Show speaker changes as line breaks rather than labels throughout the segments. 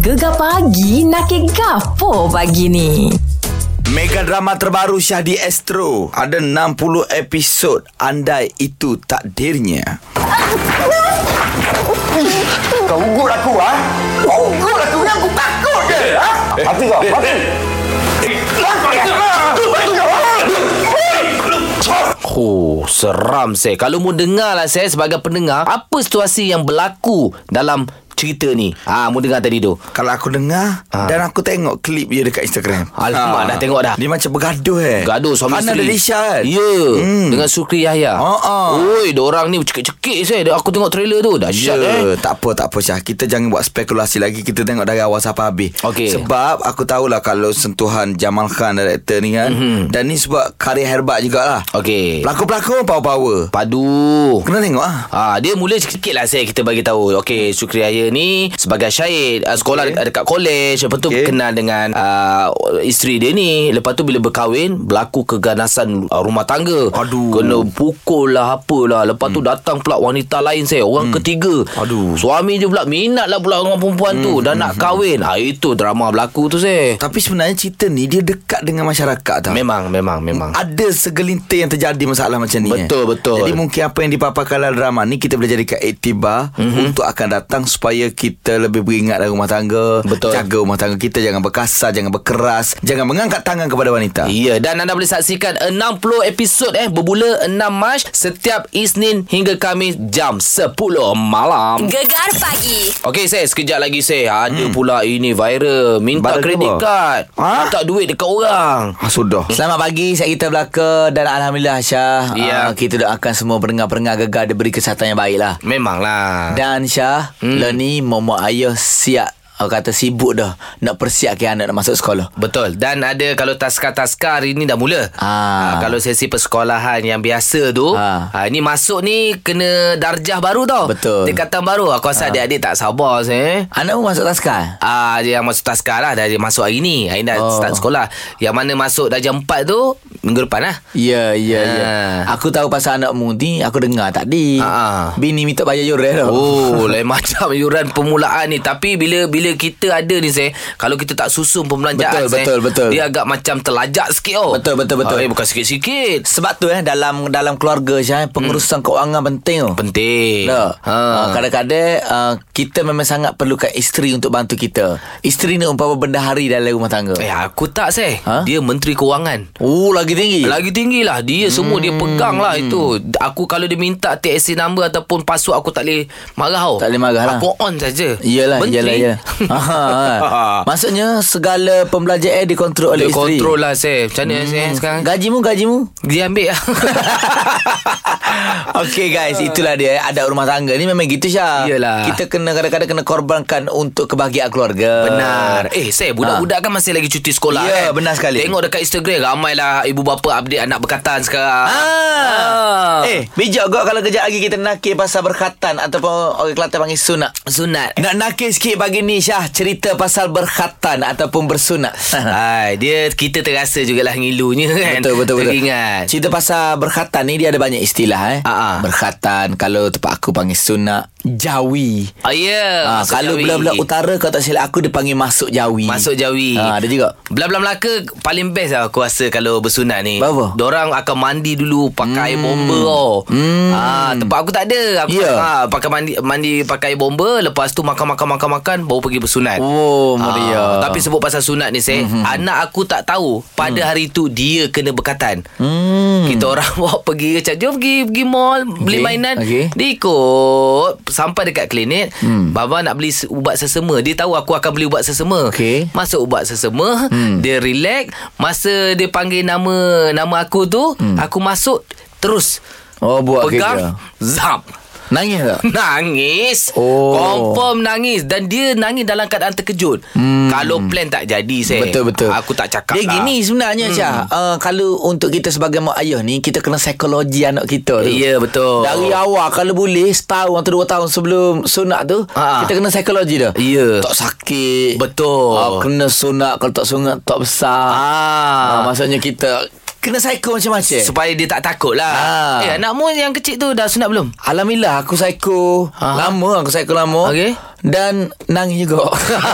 Gegar pagi nak ke gapo pagi ni?
Mega drama terbaru Syahdi Astro Ada 60 episod Andai itu takdirnya
Kau ugut aku, ha? Kau ugut aku, ni aku takut je, ha? Mati kau, mati. Mati kau. Mati kau.
Oh, seram saya. Kalau mu dengar lah saya sebagai pendengar, apa situasi yang berlaku dalam cerita ni? Ah, mu dengar tadi tu.
Kalau aku dengar ha.
Ha.
Dan aku tengok klip dia dekat Instagram Ah.
Alamak, dah tengok dah.
Dia macam bergaduh eh
Gaduh suami
Hana
isteri.
Delisha kan
Ya, yeah, hmm. dengan Sukri Yahya.
Ha, ha.
Oi, diorang ni cekik-cekik saya. Aku tengok trailer tu.
Ya,
Dahsyat yeah. eh.
tak apa, tak apa Syah. Kita jangan buat spekulasi lagi. Kita tengok dari awal sampai habis.
Okey.
Sebab aku tahulah kalau sentuhan Jamal Khan director ni kan. Mm-hmm.
Mhm.
Dan ni sebab karya herbat jugalah.
Okey.
Pelakon-pelakon power-power.
Padu.
Kena tengok ah.
Ha, dia mula sikit lah saya kita bagi tahu. Okey, Sukri Yahya ni sebagai syair, uh, sekolah okay. dekat college, lepas tu
Okey.
okay. kenal dengan uh, isteri dia ni. Lepas tu bila berkahwin, berlaku keganasan uh, rumah tangga.
Aduh.
Kena pukul lah apalah. Lepas tu datang pula wanita lain saya, orang hmm. ketiga.
Aduh.
Suami dia pula minat lah pula dengan perempuan hmm. tu dan hmm. nak kahwin. Ha, itu drama berlaku tu saya.
Tapi sebenarnya cerita ni dia dekat dengan masyarakat tau.
Memang, memang, memang.
ada segelintir yang terjadi masalah macam ni. eh.
Betul, betul.
Jadi mungkin apa yang dipaparkan dalam drama ni kita boleh jadikan iktibar
Mhm.
mm-hmm. untuk akan datang supaya kita lebih beringat dalam rumah tangga,
Betul.
jaga rumah tangga kita jangan berkasar, jangan berkeras, jangan mengangkat tangan kepada
Ah.
wanita.
Ya, dan anda boleh saksikan 60 episod eh bermula 6 Mac setiap Isnin hingga Kamis jam 10 malam.
Gegar pagi.
Okey, saya sekejap lagi saya ada hmm. pula ini viral minta
Viral
kredit
apa?
card,
Ha?
minta duit dekat orang.
Ha, sudah.
Selamat pagi Saya kita belaka Dan Alhamdulillah Syah
Ya.
Ah, Kita doakan semua Pendengar-pendengar gegar Diberi kesihatan yang baik lah
Memanglah.
Dan Syah hmm. Lo ni Momo ayah siap Orang kata sibuk dah Nak persiapkan anak Nak masuk sekolah
Betul Dan ada kalau taska-taska hari ni dah mula
Ah.
Ah, Kalau sesi persekolahan yang biasa tu
Ah.
ah, Ni masuk ni kena darjah baru tau
Betul.
Tingkatan baru Aku rasa adik-adik tak sabar saya
Anak pun masuk taskar
Ah dia yang masuk taskar lah dah dia masuk hari ni. Hari ni dah
Oh.
oh. start sekolah. Yang mana masuk darjah 4 tu minggu depan lah.
Ya, ya, ya.
Ah.
Aku tahu pasal anak mu ni, aku dengar tadi.
Ah, ah.
Bini minta bayar yuran tau.
Oh, lain macam yuran permulaan ni. Tapi bila bila kita ada ni saya, kalau kita tak susun pembelanjaan
Betul, betul,
Seh,
betul.
Dia agak macam terlajak sikit oh.
Betul, betul, betul.
Ah, eh, bukan sikit-sikit.
Sebab tu eh dalam dalam keluarga Syah, eh, pengurusan hmm. keuangan penting tau.
Penting.
Tak.
Ha.
Ha. Kadang-kadang uh, kita memang sangat perlukan isteri untuk bantu kita. Isteri ni umpama bendahari dalam rumah tangga.
Eh, aku tak saya.
Ha?
Dia menteri kewangan.
Oh, lagi tinggi.
Lagi tinggi lah Dia semua
Hmm.
dia pegang lah itu Aku kalau dia minta TSC number Ataupun password Aku tak boleh marah tau
Tak boleh marah lah.
Aku on saja
Iyalah, iyalah,
Menteri.
iyalah. Aha, ha. Maksudnya segala pembelanjaan dikontrol
Dia
oleh isteri. Hmm.
kontrol lah saya Macam mana saya sekarang
Gajimu, gajimu.
Dia ambil lah
Okay guys Itulah dia Ada rumah tangga ni Memang gitu Syah
Iyalah.
Kita kena kadang-kadang Kena korbankan Untuk kebahagiaan keluarga
Benar Eh saya budak-budak kan masih lagi cuti sekolah
Ah. Ya,
kan
benar sekali.
Tengok dekat Instagram Ramailah ibu bapa update anak berkatan sekarang
Ah.
Ah.
Eh, bijak kau kalau kejap lagi kita nakir pasal berkhatan ataupun orang Kelantan panggil sunat.
Sunat
Nak nakir sikit pagi ni Syah cerita pasal berkhatan ataupun bersunat.
Hai, dia kita terasa jugalah ngilunya kan
Betul betul betul.
Teringat
Cerita pasal berkhatan ni dia ada banyak istilah eh.
Ah, ah.
Berkhatan kalau tempat aku panggil sunat jawi.
Oh ya yeah,
Ah,
masuk
kalau
Jawi.
belah-belah utara kau tak silap aku dia panggil masuk jawi.
Masuk Jawi
Ah, ada juga.
Belah-belah Melaka Paling best lah aku rasa Kalau bersunat ni
Apa?
Diorang akan mandi dulu Pakai air bomba oh.
Hmm.
ah, Tempat aku tak ada Aku
Ya.
ha, pakai mandi, mandi pakai air bomba Lepas tu makan-makan-makan-makan Baru pergi bersunat Ah,
Oh, Mhm. meriah.
Tapi sebut pasal sunat ni saya mm-hmm. Anak aku tak tahu Pada
Hmm.
mm. hari tu Dia kena berkatan mm. Kita orang bawa pergi Macam jom pergi Pergi mall Beli
Okey,
mainan
okey. Hmm.
Dia ikut Sampai dekat klinik mm. Baba nak beli se- ubat sesama Dia tahu aku akan beli ubat sesama
Okey.
Masuk ubat sesama hmm. Dia relax Masa dia panggil nama Nama aku tu hmm. Aku masuk Terus
Oh, buat
Pegang
kerja.
Zap
Nangis tak?
Nangis
Oh.
Confirm nangis Dan dia nangis dalam keadaan terkejut Kalau plan tak jadi saya
Hmm. Betul betul.
Eh, Aku tak cakap
Dia
lah
gini sebenarnya hmm. Syah. Uh, kalau untuk kita sebagai mak ayah ni kita kena psikologi anak kita tu.
Ya, betul.
Dari awal kalau boleh setahun atau dua tahun sebelum sunat tu
Ha.
kita kena psikologi dah.
Ya.
Tak sakit.
Betul.
Ah, kena sunat kalau tak sunat tak besar. Ah,
Ah,
maksudnya kita kena psycho macam-macam.
Supaya dia tak takut lah
Ah.
Eh anakmu yang kecil tu Dah sunat belum?
Alhamdulillah aku psycho
Ah.
Lama aku psycho lama
Okey.
Dan nangis juga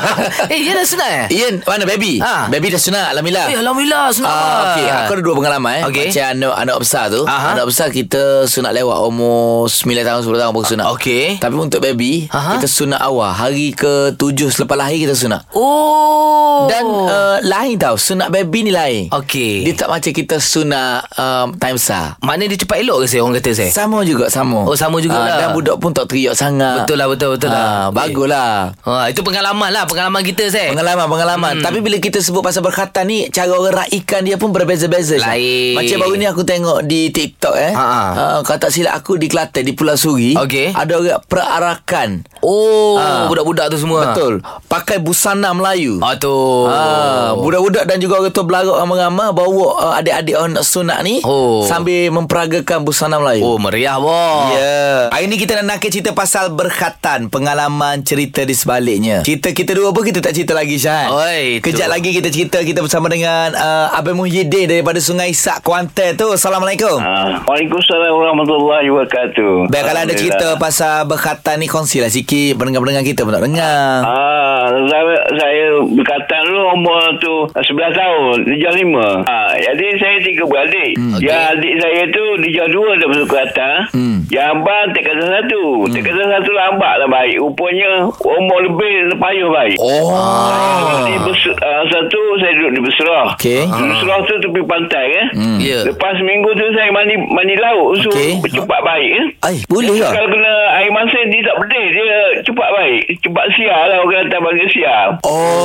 Eh, dia dah sunat eh?
Ian mana baby
Ha.
Baby dah sunat Alhamdulillah
Eh, Alhamdulillah sunat abang.
Ah, okay. Aku ada dua pengalaman eh.
Okey.
Macam anak, anak besar tu
Aha.
Anak besar kita sunat lewat Umur 9 tahun 10 tahun baru sunat
Okey.
Tapi untuk baby
Aha.
Kita sunat awal Hari ke 7 selepas lahir kita sunat
Oh.
Dan uh, lain tau Sunat baby ni lain
Okey.
Dia tak macam kita sunat um, Time besar
Mana dia cepat elok ke saya orang kata saya?
Sama juga sama
Eh.
Ah,
Oh, sama jugalah.
Dan budak pun tak teriak sangat
Betul lah, betul, betul lah.
Ah, Baguslah
Ha, itu pengalaman lah Pengalaman kita saya
Pengalaman-pengalaman hmm. Tapi bila kita sebut pasal berkatan ni Cara orang raikan dia pun berbeza-beza Syah.
Lain.
Macam baru ni aku tengok di TikTok eh
Ha, ha.
uh, Kalau tak silap aku di Kelantan Di Pulau Suri
Okey.
Ada orang perarakan
Oh
Ah.
Budak-budak tu semua
Betul Pakai busana Melayu
Ah tu
Ah, budak-budak dan juga orang tua belarok ramai-ramai bawa uh, adik-adik orang nak sunat ni
Oh.
sambil memperagakan busana Melayu.
Oh meriah boh
Ya. Hari ni kita nak nakik cerita pasal berkhatan, pengalaman cerita di sebaliknya. Cerita kita dua pun kita tak cerita lagi Syah. kan?
Oi, tu.
Kejap lagi kita cerita kita bersama dengan uh, Abang Muhyiddin daripada Sungai Isak Kuantan tu. Assalamualaikum.
Ah, Waalaikumsalam warahmatullahi wabarakatuh.
Baik kalau ada cerita
Alhamdulillah.
pasal berkhatan ni kongsilah sikit pendengar-pendengar kita pun tak dengar.
Ah, saya, saya berkata dulu umur tu 11 tahun, dijah 5. Ah, jadi saya tiga beradik. Hmm, okay. Yang adik saya tu dijah 2 dah masuk kata. Hmm. Yang abang tak kata satu. Hmm. Tak kata satu lambat lah baik. Rupanya umur lebih payuh baik.
Oh.
Duduk di Bes- ah, satu saya duduk di Besrah.
Okey.
Di Besrah tu tepi pantai kan. Hmm.
Ya.
Lepas minggu tu saya mandi mandi laut. So
Okey.
okay. cepat baik kan.
Ai, boleh lah. ke?
Kalau kena air masin dia tak pedih. Dia cepat baik. Cepat siar lah orang kata panggil siar.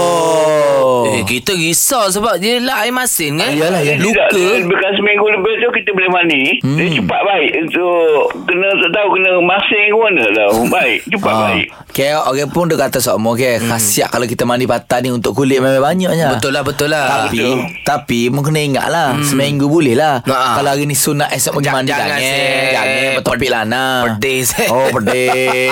Oh.
Eh, kita risau sebab dia lah air masin kan?
Yalah, ya.
Tidak, dia
Luka.
Bekas seminggu lebih tu kita boleh mandi. Hmm. Dia cepat baik. So, kena tak tahu kena masin ke mana tau. Baik. Cepat
Ah.
baik.
Okay, orang pun dia kata sama okay, hmm. khasiat kalau kita mandi patah ni untuk kulit memang banyaknya.
Betul lah, betul lah.
Tapi tapi mungkin kena ingat lah hmm. seminggu boleh lah.
Ha.
Kalau hari ni sunat esok pergi
Jangan,
mandi jangan.
jangan,
Jangan,
Seh.
jangan bertopik lah nah.
Pedih saya.
Oh pedih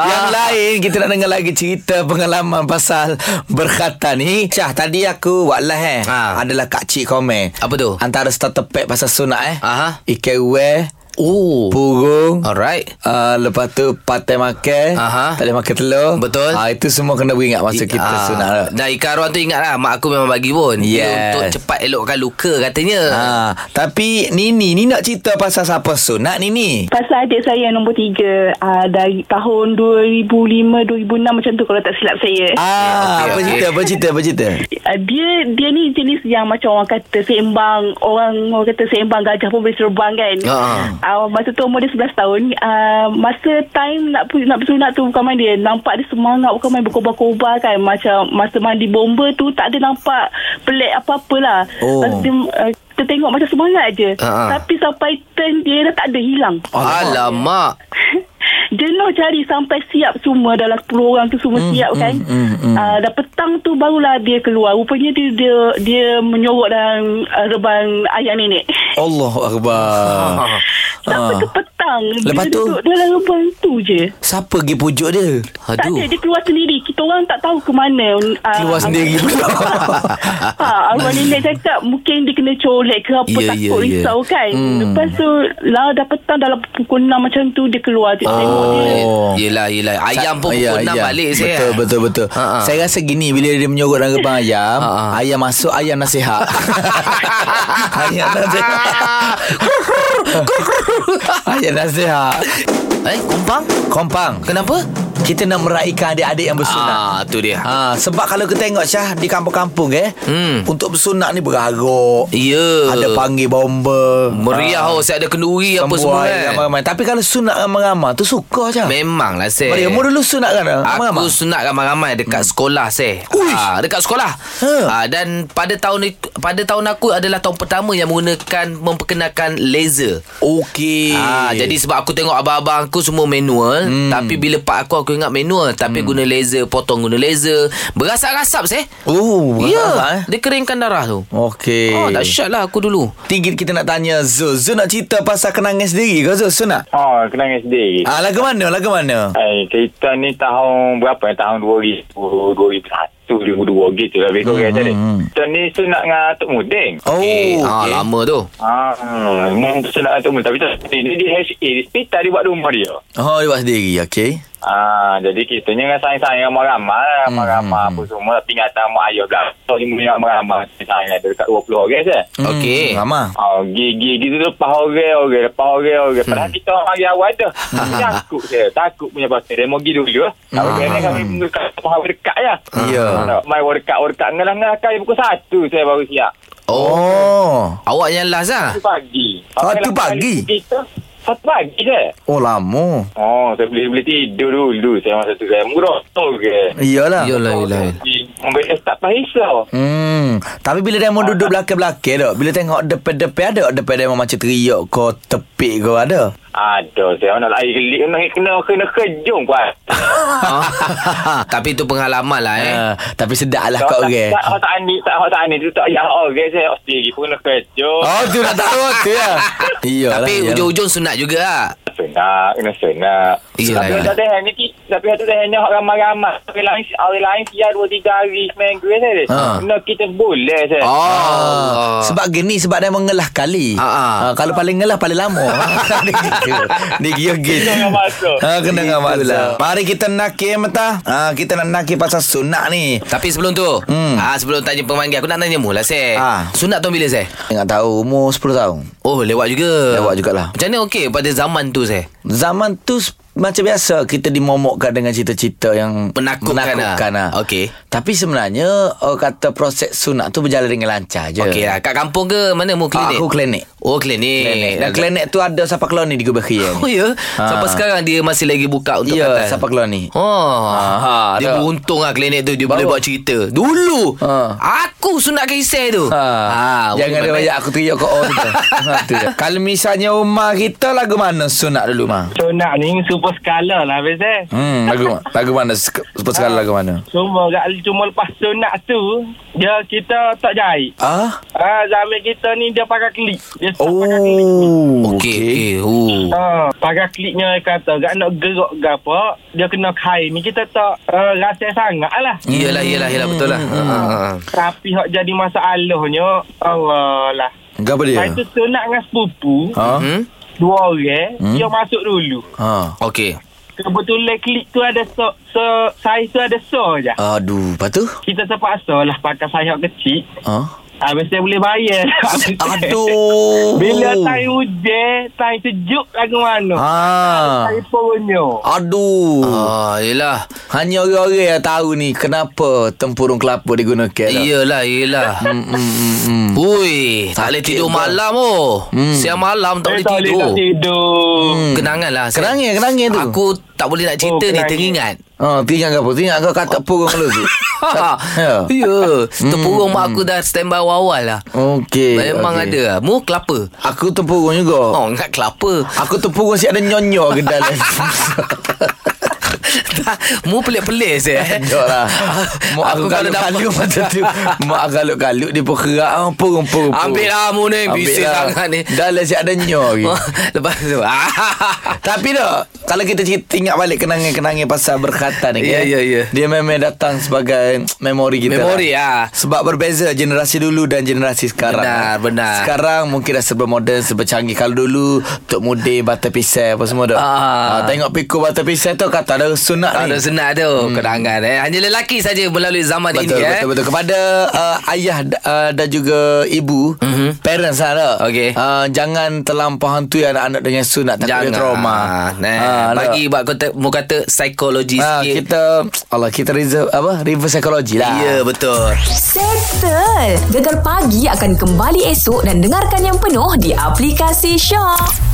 Yang
Ah.
lain Kita nak dengar lagi cerita Pengalaman pasal Berkata ni Syah tadi aku Waklah eh
Ah.
Adalah kak cik komen
Apa tu?
Antara starter pack pasal sunat eh
Aha.
Ikewe
Oh.
Purung
Alright.
Uh, lepas tu patai makan
Oh. Aha.
Tak boleh makan telur
Betul.
uh, Itu semua kena beringat Masa kita
Ah,
sunat
Dan Ika Arwan tu ingat lah Mak aku memang bagi pun Dia
Yes.
Untuk cepat elokkan luka katanya
Ah, tapi Nini ni nak cerita pasal siapa sunat Nini?
Pasal adik saya yang nombor tiga uh, Dari tahun 2005-2006 macam tu Kalau tak silap saya uh.
Ah,
Eh,
apa
okey, okey.
cerita? Apa cerita? Apa cerita?
Dia dia ni jenis yang macam orang kata Seimbang Orang orang kata seimbang gajah pun boleh terbang kan
Ah.
uh, Masa tu umur dia 11 tahun uh, Masa time nak pu- nak bersunat tu bukan main dia Nampak dia semangat bukan main berkobar-kobar kan Macam masa mandi bomba tu tak ada nampak pelik apa-apalah
Oh.
Lepas tu, uh, kita tengok macam semangat je
Ah, ah.
Tapi sampai turn dia dah tak ada hilang
Alamak
Jenuh cari sampai siap semua Dalam 10 orang tu
Hmm,
semua mm, siap kan mm, mm, mm. Uh, Dah petang tu barulah dia keluar Rupanya dia dia, dia menyorok dalam uh, reban ayah nenek
Allah Akbar.
Ha.
Sampai ke petang
Ah. Lepas
Dia
tu?
duduk dalam reban tu je
Siapa pergi pujuk dia?
Tak ada dia keluar sendiri Kita orang tak tahu ke mana uh,
Ah.
Keluar sendiri pula.
Ha, arwah nenek cakap mungkin dia kena colek ke apa
Ya,
yeah, takut
ya, ya.
yeah, risau kan. Hmm. Lepas tu lah dah petang dalam pukul 6 macam tu dia keluar
Ah.
dia oh. tengok dia.
Oh.
Yelah yelah Ayam pun
Ya,
pukul 6
ya.
balik saya
Betul betul betul
Ha, ha.
Saya rasa gini Bila dia menyorot dengan rebang ayam
Ha, ha.
Ayam masuk Ayam nasihat Ayam lah, nasihat Ayam nasihat
Eh kumpang
Kompang
Kenapa?
Kita nak meraihkan adik-adik yang bersunat
Ah tu dia
Ha, sebab kalau kita tengok Syah di kampung-kampung eh,
Hmm.
untuk bersunat ni bergaruk.
Ya
Ada panggil bomba.
Meriah oh Saya ada kenduri apa semua
Sembuai
kan
ramai-ramai. Tapi kalau sunat ramai-ramai tu suka je.
Memanglah saya
Maria, mu dulu sunat kan
Aku
ramai-ramai?
sunat ramai-ramai dekat hmm. sekolah saya.
Uish.
Ah, dekat sekolah.
Ha.
Ah, dan pada tahun it- pada tahun aku adalah tahun pertama yang menggunakan memperkenalkan laser.
Okey.
Ah, jadi sebab aku tengok abang-abang aku semua manual hmm. Tapi bila pak aku aku ingat manual Tapi hmm. guna laser, potong guna laser Berasap-rasap saya
Oh,
Ya,
ramai-ramai, eh?
dia keringkan darah tu
Okey.
Oh, dahsyat lah aku dulu
Tinggi kita nak tanya Zul. Zul nak cerita pasal kenangan sendiri ke Zul sunat?
Oh, kenangan sedih.
Ah, lagu mana? Lagu mana?
Hai, kita Eh, ni tahun berapa? eh? Tahun 2000, 2001, 2002 gitu lah. Lebih kurang macam ni.
Hmm,
Kita ni sunat dengan Atuk Mudeng.
Oh,
Eh, ah,
okey.
lama tu
Ah, hmm, sunat dengan Atuk Mudeng. Tapi tak sedih. Dia di HA, di hospital dia buat rumah dia.
Oh, dia buat sendiri. Okey.
Ah, jadi kita ni dengan sayang-sayang ramai-ramai lah, ramai-ramai apa semua tapi nyata mak ayah dah. So ni punya ramai-ramai sayang ada dekat 20 orang je.
Hmm,
Okey.
Lama.
Oh, gigi gitu lepas orang, orang lepas
Hmm.
orang, orang. oh Padahal kita orang hari awal tu. takut saya, takut punya pasal. Dia mau pergi dulu. Kalau hmm. kena kami dekat pahal dekat ya.
Ya.
Yeah. Mai dekat dekat ngelah-ngelah kali pukul 1 saya baru siap.
Oh.
Awak yang last lah.
Satu pagi.
Satu pagi?
Kita satu pagi je.
Oh lama.
Oh, saya boleh boleh tidur dulu. Saya masa tu saya murah. Okey.
Iyalah.
Yalah, yalah.
Mereka tak pahisau.
Hmm, tapi bila demo duduk belakang-belakang dok, bila tengok depan-depan ada depan demo macam teriak kau tepik kau ada.
Aduh, saya nak air gelik kena kena kena kejung kuat.
Ah, Tapi tu pengalaman lah eh.
Uh, tapi sedap lah
Tak
kau
tak
orang.
tak tak ani tak tak ani tu tak ya orang saya sendiri pun kena kejung.
Oh tu nak tahu tu ya. Iyalah.
Tapi
iyalah.
ujung-ujung sunat juga lah.
Senak, kena senak.
Iyalah,
Tapi
iyalah.
ada hanya ki, tapi ada hanya orang ramai-ramai. Orang lain, orang lain dia dua tiga hari seminggu saya.
Ha.
Kena kita boleh
Ah.
saya.
Oh. Sebab
Ah, Sebab gini sebab dia mengelah kali.
Ah, ah.
Ah, kalau paling ngelah paling lama. Dia gitu. Dia kira gitu.
Kena masuk.
Ha kena dengan
Itulah.
masalah.
Mari kita nakir mata. Ha,
Ah,
kita nak nakir pasal sunat ni.
tapi sebelum tu hmm. ah, Sebelum tanya pemanggil Aku nak tanya mu lah Seh
Ah.
Sunat tu bila Seh?
Tengok tahu umur 10 tahun.
Oh lewat juga
Lewat jugalah.
Macam mana okey pada zaman tu Seh?
Zaman tu s- macam biasa kita dimomokkan dengan cita-cita yang
Menakutkan lah.
menakutkan lah.
Okey.
Tapi sebenarnya orang kata proses sunat tu berjalan dengan lancar je.
Okey lah Kat kampung ke mana mu klinik?
Ya. Ah, Aku klinik.
Oh klinik,
Klinik. Dan klinik tu ada siapa keluar ni di Gubah Kaya
Oh
ni.
ya
Ah.
Sampai sekarang dia masih lagi buka untuk
Ya,
Kelantan.
siapa keluar ni?
Oh,
Ah,
dia
tak.
beruntung lah klinik tu Dia boleh
Bawa.
buat cerita Dulu
Ah.
Aku sunat kisah tu
Ha. Jangan
Ah, boleh
ada
pandai.
banyak aku teriak kau orang tu. Ha, tu je.
Kalau misalnya rumah kita lagu mana sunat dulu mah?
So nak ni super skala lah habis eh.
Hmm, lagu ma- lagu mana? Sek- Seperti sekali lagu mana?
Cuma kali cuma lepas sunat tu dia kita tak jahit.
Ah.
Ah zaman kita ni dia pakai klik. Dia oh. pakai klik.
Oh.
Okey, okey. Oh.
Ha, pakai kliknya dia kata gak nak gerak ke apa dia kena kain ni kita tak uh, rasa sangat lah
Iyalah, iyalah, iyalah betul lah. Ha, ha, ha.
tapi hak jadi masalahnya Allah lah
Gapo
Ya.
Lepas
dia?
tu sunat dengan sepupu
Ha?
Hmm?
Dua orang hmm? Dia masuk dulu
Ha.
Okey.
Kebetulan klik tu ada so, so Saiz tu ada so je
Ha. Aduh, lepas tu?
Kita terpaksa lah Pakai saiz yang kecil
Ha.
Habis dia boleh bayar Habis tu-
Aduh.
Bila time hujan Time sejuk lagu mana ha.
Ha.
Time poronyok
Aduh.
Ah, iyalah.
Hanya orang-orang yang tahu ni kenapa tempurung kelapa digunakan. Hmm. lah.
Iyalah, iyalah.
Mm-mm. Mm.
Hui, tak boleh tidur malam oh. Siang malam tak boleh
Eh, Tak boleh
tidur.
nak tidur
Hmm. Kenangan lah. Sel.
Kenangan, kenangan tu.
Aku tak boleh nak cerita
Oh,
ni,
kenangan.
teringat.
Ha, tinggal kau apa? Tinggal kau kata purung lu tu.
Ha,
Ya. Mm.
ya. Terpurung mak aku dah standby awal-awal lah.
Okey.
Memang
okey.
ada lah. Mu kelapa.
Aku tempurung juga.
Oh, ingat kelapa.
Aku tempurung si ada nyonyo ke dalam.
Tak, Mu pelik-pelik saya.
Jok lah. Mak aku kalut-kalut macam tu. Mak aku kalut-kalut dia pun kerak. Ah, purung, purung, purung.
Ambil lah mu ni. Bising sangat ni.
Dalam si ada nyonyo. lagi.
Lepas tu.
Tapi dah Kalau kita cerita ingat balik Kenangan-kenangan pasal berkatan ni
Ya,
kan?
ya, ya.
Dia memang datang sebagai Memori kita lah.
Memori, ah.
Sebab berbeza Generasi dulu dan generasi sekarang
Benar, benar.
Sekarang mungkin dah serba moden Serba canggih Kalau dulu Tok Mudin Batal Pisai apa semua dah
Ah.
Tengok pikul Batal Pisai tu Kata ada sunat ni
Ada senat tu hmm. Kenangan eh Hanya lelaki saja Melalui zaman
Betul,
ini
betul,
eh
betul, betul. Kepada uh, ayah uh, dan juga ibu, mm-hmm. parents lah. dah.
Mhm. Okey.
Uh, jangan terlampau hantui anak-anak dengan sunat. Takut dia trauma.
nah,
Ah, dah.
Bagi buat kata Mu kata Psikologi
Ah,
sikit
kita Allah kita reserve apa reverse psychology lah.
Ya betul
Settle. Gegar pagi akan kembali esok dan dengarkan yang penuh di aplikasi Shock.